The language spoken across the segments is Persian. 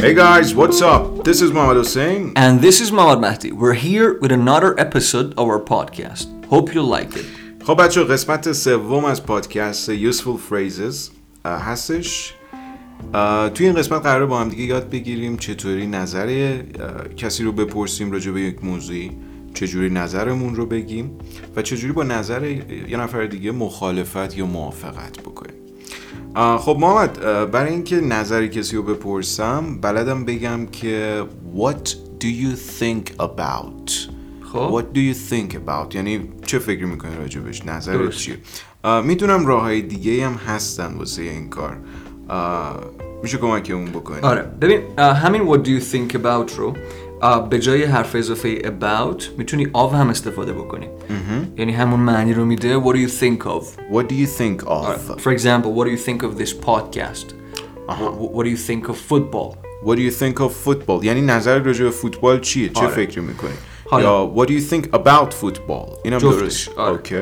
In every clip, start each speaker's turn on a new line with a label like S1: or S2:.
S1: Hey guys, what's up? This is Mohammed Hussein.
S2: And this is Mohammad Mahdi. We're here with another episode of our podcast. Hope you like it.
S1: خب بچه قسمت سوم از پادکست Useful Phrases اه، هستش اه، توی این قسمت قراره با هم دیگه یاد بگیریم چطوری نظر اه، کسی رو بپرسیم راجع به یک موضوعی چجوری نظرمون رو بگیم و چجوری با نظر یه نفر دیگه مخالفت یا موافقت بکنیم آه، خب محمد آه، برای اینکه نظر کسی رو بپرسم بلدم بگم که What do you think about
S2: خب.
S1: What do you think about یعنی چه فکر میکنی راجبش نظرت
S2: درست.
S1: چیه آه، Uh, میدونم راه های دیگه هم هستن واسه این کار آه، میشه کمکمون بکنی
S2: آره ببین اه، همین uh, what do you think about uh, رو اه، به جای حرف اضافه about میتونی of هم استفاده بکنی یعنی همون معنی رو میده what do you think of
S1: What do you think of
S2: for example what do you think of this podcast What- what do you think of football
S1: What do you think of football یعنی نظر راجع به فوتبال چیه چه فکری میکنی
S2: حالا.
S1: یا What do you think about football اینم
S2: جفتش،
S1: درست
S2: آره.
S1: اوکی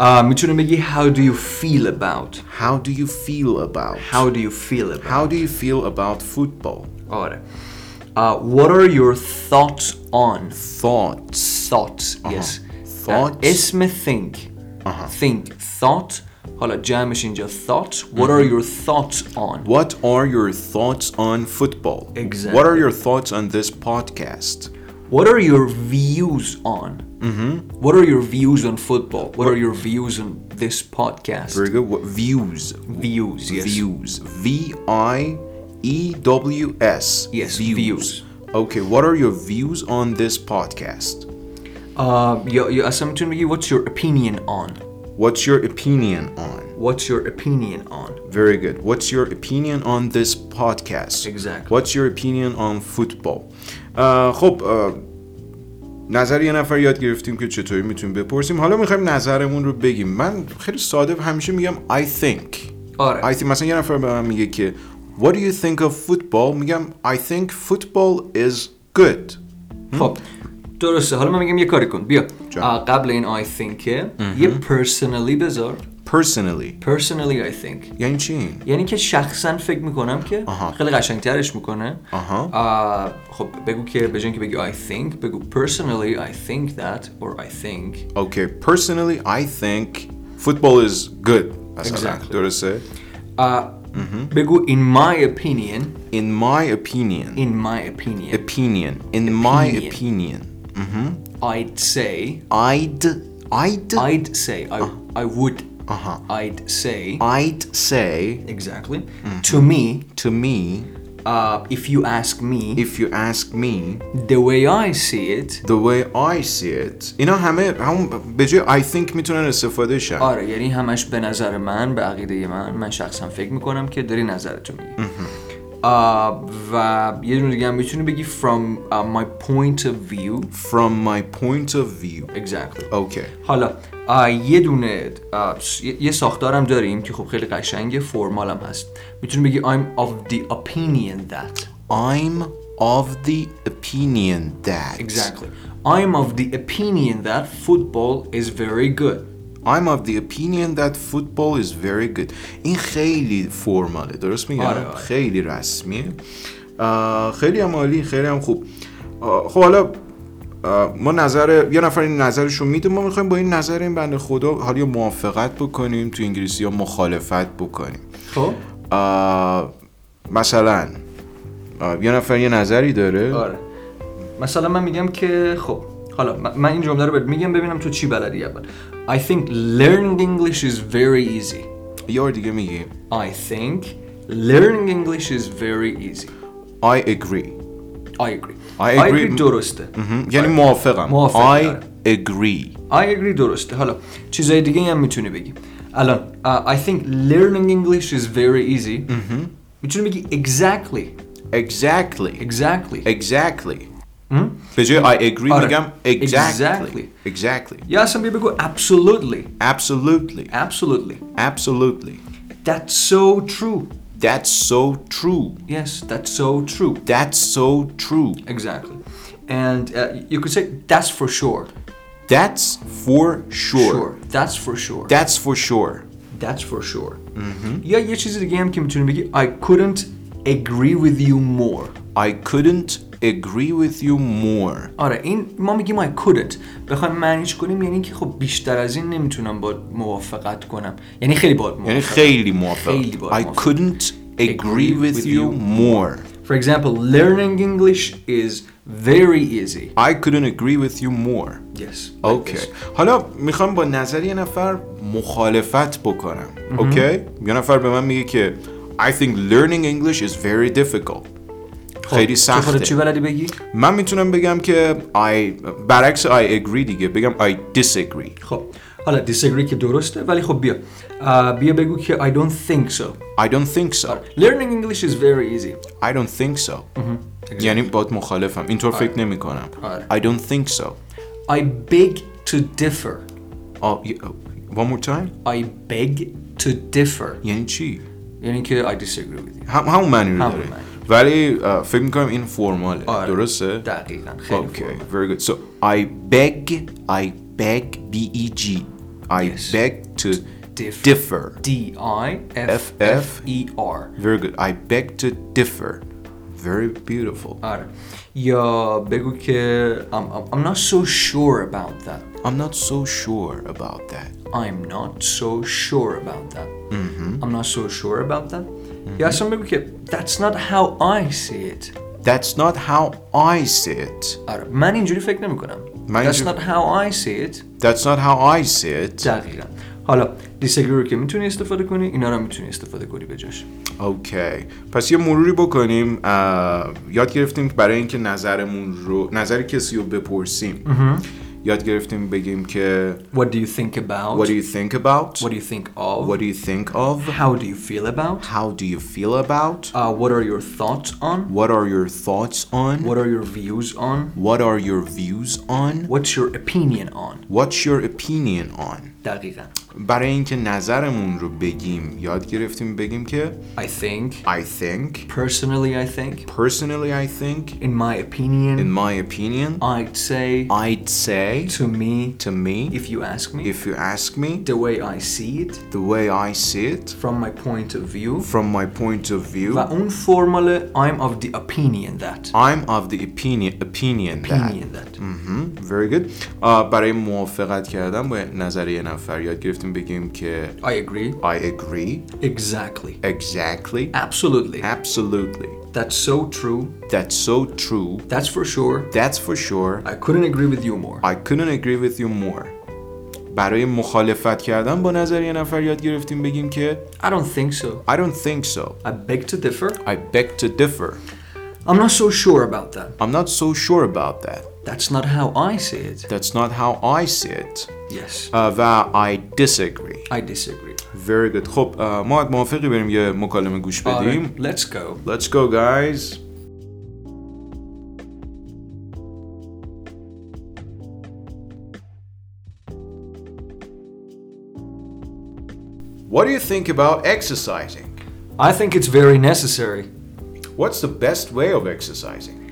S2: اه، میتونی بگی Uh, how do you feel about
S1: How do you feel about
S2: how do you feel about
S1: How do you feel about football
S2: آره اه، Uh, what are your thoughts on
S1: Thoughts
S2: thoughts yes
S1: Thoughts. Uh-huh.
S2: اه، اسم Uh, think think thought حالا جمعش اینجا thoughts what
S1: Mm-hmm.
S2: are your thoughts on
S1: What are your thoughts on football?
S2: Exactly.
S1: What are your thoughts on this podcast?
S2: what are your views on
S1: Mm-hmm.
S2: what are your views on football what are your views on this podcast
S1: Very good. What, views.
S2: views yes
S1: Views. V I E W S.
S2: Yes, views.
S1: Okay, what are your views on this podcast?
S2: اه، یا یا اصلا میتونی بگی what's your opinion on
S1: What's your opinion on?
S2: what's your opinion on
S1: Very good. What's your opinion on this podcast?
S2: Exactly.
S1: What's your opinion on football? اه، خب اه، نظر یه نفر یاد گرفتیم که چطوری میتونیم بپرسیم حالا میخوایم نظرمون رو بگیم من خیلی ساده همیشه میگم I think
S2: آره.
S1: I think مثلا یه نفر به من میگه که um, What do you think of football میگم I think football is good
S2: خب
S1: Hmm?
S2: درسته حالا من میگم یه کاری کن بیا
S1: جان.
S2: اه، Uh, قبل این I think که
S1: Mm-hmm.
S2: یه personally بذار
S1: personally
S2: personally I think
S1: یعنی چی این؟
S2: یعنی که شخصا فکر میکنم که
S1: آها.
S2: خیلی قشنگترش میکنه
S1: آها.
S2: آه، خب بگو که به جای اینکه بگی I think بگو personally I think that or I think
S1: Okay personally I think football is good مثلا
S2: Exactly.
S1: درسته
S2: آه، بگو in my opinion
S1: In my opinion
S2: in my opinion
S1: opinion in my
S2: Opinion.
S1: opinion
S2: I'd say
S1: I'd I'd
S2: I'd say I, I would
S1: آها.
S2: I'd say
S1: I'd say
S2: exactly to me
S1: to me
S2: uh, if you ask me
S1: if you ask me
S2: the way I see it
S1: the way I see it اینا همه همون به جای I think میتونن استفاده شن
S2: آره یعنی همش به نظر من به عقیده من من شخصا فکر میکنم که داری نظرتو میگی آه، و یه دونه دیگه هم میتونی بگی from uh, my point of view
S1: from my point of view
S2: exactly
S1: okay
S2: حالا آه، یه دونه آه، س- یه- یه ساختارم داریم که خب خیلی قشنگه فرمالم هست میتونی بگی I'm of the opinion that
S1: I'm of the opinion that
S2: exactly I'm of the opinion that football is very good
S1: I'm of the opinion that football is very good این خیلی فرماله درست میگم
S2: آره، آره.
S1: خیلی رسمیه آه، خیلی هم عالی خیلی هم خوب آه، خب حالا آه، ما نظر یه نفر این نظرش رو میده ما میخوایم با این نظر این بنده خدا حالا یا موافقت بکنیم تو انگلیسی یا مخالفت بکنیم
S2: خب
S1: آه، مثلا آه، یه نفر یه نظری داره
S2: آره مثلا من میگم که خب حالا من من این جمله رو بهت میگم ببینم تو چی بلدی اول I think learning English is very easy
S1: یه بار دیگه میگی
S2: I think learning English is very easy
S1: I agree
S2: I agree
S1: I agree.
S2: درسته
S1: مهم. یعنی موافقم
S2: موافقی،
S1: I
S2: آره.
S1: agree
S2: I agree درسته حالا چیزای دیگه هم میتونی بگی الان uh, I think learning English is very easy
S1: Mm-hmm.
S2: میتونی بگی exactly
S1: exactly
S2: exactly
S1: Exactly. به جای I agree
S2: آره.
S1: میگم Hmm? exactly.
S2: Exactly.
S1: Exactly.
S2: یا اصلا بیا بگو absolutely
S1: Absolutely.
S2: absolutely
S1: Absolutely.
S2: that's so true
S1: That's so true.
S2: Yes, that's so true.
S1: That's so true.
S2: Exactly. And uh, you could say that's for sure.
S1: That's for sure.
S2: That's for sure.
S1: That's for sure.
S2: that's for
S1: Mm-hmm.
S2: sure. یا یه چیز دیگه هم که میتونی بگی I couldn't agree with you more.
S1: I couldn't agree with you more
S2: آره این ما میگیم I couldn't بخوایم معنیش کنیم یعنی که خب بیشتر از این نمیتونم با موافقت کنم یعنی خیلی باید
S1: یعنی
S2: موافقت
S1: خیلی موافق
S2: خیلی باید
S1: I
S2: موافق.
S1: couldn't agree with you more
S2: For example, learning English is very easy.
S1: I couldn't agree with you more
S2: Yes. like
S1: اوکی
S2: this.
S1: حالا میخوام با نظر یه نفر مخالفت بکنم اوکی یه نفر به من میگه که I think learning English is very difficult
S2: خب،
S1: خیلی
S2: تو خودت چی
S1: سخته
S2: بلدی بگی؟
S1: من میتونم بگم که I برعکس I agree دیگه بگم I disagree
S2: خب حالا disagree که درسته ولی خب بیا آه، بیا بگو که I don't think so.
S1: I don't think so
S2: Learning English is very easy.
S1: I don't think so یعنی باید مخالفم اینطور فکر نمی کنم
S2: آره.
S1: I don't think so
S2: I beg to differ.
S1: آه، یه- One more time
S2: I beg to differ.
S1: یعنی چی؟
S2: یعنی که I disagree with you.
S1: هم همون معنی رو
S2: همون
S1: داره
S2: معنی.
S1: ولی آه، فکر میکنم این فرماله
S2: آره.
S1: درسته؟
S2: دقیقا خیلی
S1: Okay,
S2: خوب.
S1: very good. So I beg, I beg, B E G. I
S2: Yes.
S1: beg to
S2: Differ.
S1: differ.
S2: D I F
S1: F.
S2: F E R.
S1: Very good. I beg to differ. Very beautiful.
S2: آره یا بگو که I'm, I'm, I'm not so sure about that
S1: I'm not so sure about that.
S2: I'm not so sure about that
S1: Mm-hmm.
S2: I'm not so sure about that یا اصلا بگو که That's not how I see it
S1: That's not how I see it.
S2: آره من اینجوری فکر نمی کنم
S1: من
S2: That's
S1: اینجور-
S2: not how I see it
S1: That's not how I see it.
S2: دقیقا حالا disagree رو که میتونی استفاده کنی اینا رو هم میتونی استفاده کنی به جاش
S1: Okay. پس یه مروری بکنیم اه، یاد گرفتیم برای اینکه نظرمون رو نظر کسی رو بپرسیم یاد گرفتیم بگیم که
S2: What do you think about
S1: What do you think about?
S2: What do you think of
S1: What do you think of?
S2: How do you feel about
S1: How do you feel about?
S2: uh, What are your thoughts on
S1: What are your thoughts on?
S2: What are your views on
S1: What are your views on?
S2: What's your opinion on
S1: What's your opinion on?
S2: دقیقا
S1: برای اینکه نظرمون رو بگیم یاد گرفتیم بگیم که
S2: I think
S1: I think
S2: personally I think
S1: personally I think
S2: in my opinion
S1: in my opinion
S2: I'd say
S1: I'd say
S2: to me
S1: to me
S2: if you ask me
S1: if you ask me
S2: the way I see it
S1: the way I see it
S2: from my point of view
S1: from my point of view
S2: و اون فرمال I'm of the opinion that
S1: I'm of the opinion opinion that
S2: opinion that
S1: مهم. Very good. آه، برای موافقت کردن با نظر یه نفر یاد گرفتیم بگیم که
S2: I agree
S1: I agree
S2: exactly
S1: exactly
S2: absolutely
S1: absolutely
S2: that's so true
S1: that's so true
S2: that's for sure
S1: that's for sure
S2: I couldn't agree with you more
S1: I couldn't agree with you more برای مخالفت کردن با نظر یه نفر یاد گرفتیم بگیم که
S2: I don't think so
S1: I don't think so
S2: I beg to differ
S1: I beg to differ
S2: I'm not so sure about that
S1: I'm not so sure about that
S2: that's not how I see it
S1: that's not how I see it
S2: yes
S1: آه، و I disagree
S2: I disagree
S1: Very good خب آه، ما اگه موافقی بریم یه مکالمه گوش بدیم
S2: آره, let's go
S1: Let's go, guys. What do you think about exercising?
S2: I think it's very necessary.
S1: What's the best way of exercising?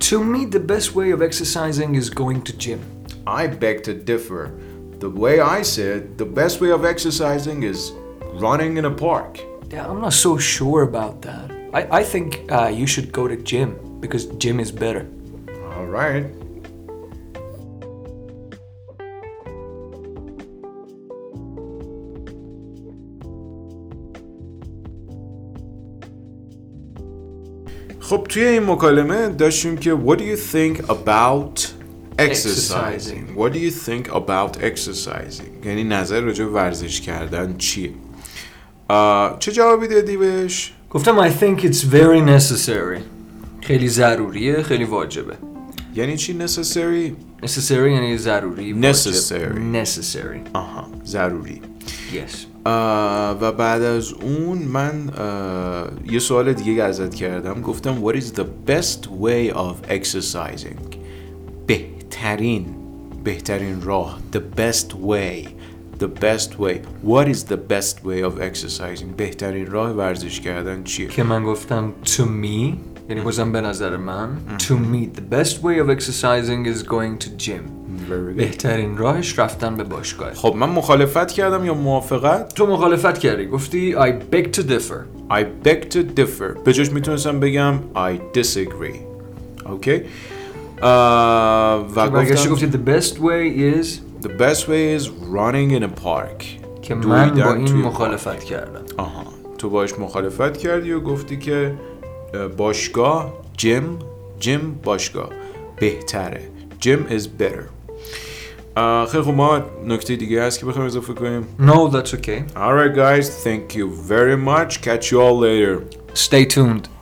S2: To me, the best way of exercising is going to gym.
S1: I beg to differ. The way I see it, the best way of exercising is running in a park.
S2: Yeah, I'm not so sure about that. I, I think uh, you should go to gym because gym is better.
S1: All right. خب توی این مکالمه داشتیم که What do you think about exercising?
S2: Exercising.
S1: What do you think about exercising? یعنی نظر راجع به ورزش کردن چیه؟ آه، چه جوابی دادی بهش؟
S2: گفتم I think it's very necessary. خیلی ضروریه، خیلی واجبه.
S1: یعنی چی necessary؟
S2: Necessary یعنی ضروری. واجب.
S1: Necessary.
S2: Necessary.
S1: آها ضروری
S2: Yes.
S1: آه، و بعد از اون من آه، یه سوال دیگه ازت کردم گفتم What is the best way of exercising بهترین بهترین راه The best way The best way What is the best way of exercising بهترین راه ورزش کردن چیه
S2: که من گفتم to me یعنی بازم به نظر من to me the best way of exercising is going to gym
S1: Very good.
S2: بهترین راهش رفتن به باشگاه
S1: خب من مخالفت کردم یا موافقت
S2: تو مخالفت کردی گفتی I beg to differ
S1: I beg to differ به جاش میتونستم بگم I disagree اوکی آه، و
S2: برگشتی
S1: گفتم
S2: گفتی the best way is
S1: The best way is running in a park
S2: که من
S1: دویدن
S2: با
S1: توی
S2: این
S1: پارک.
S2: مخالفت کردم
S1: آها تو باش مخالفت کردی و گفتی که اه، باشگاه جم جم باشگاه بهتره جم is better اه، خیلی خب ما نکته دیگه هست که بخوایم اضافه کنیم
S2: No that's okay
S1: Alright guys, thank you very much. Catch you all later.
S2: Stay tuned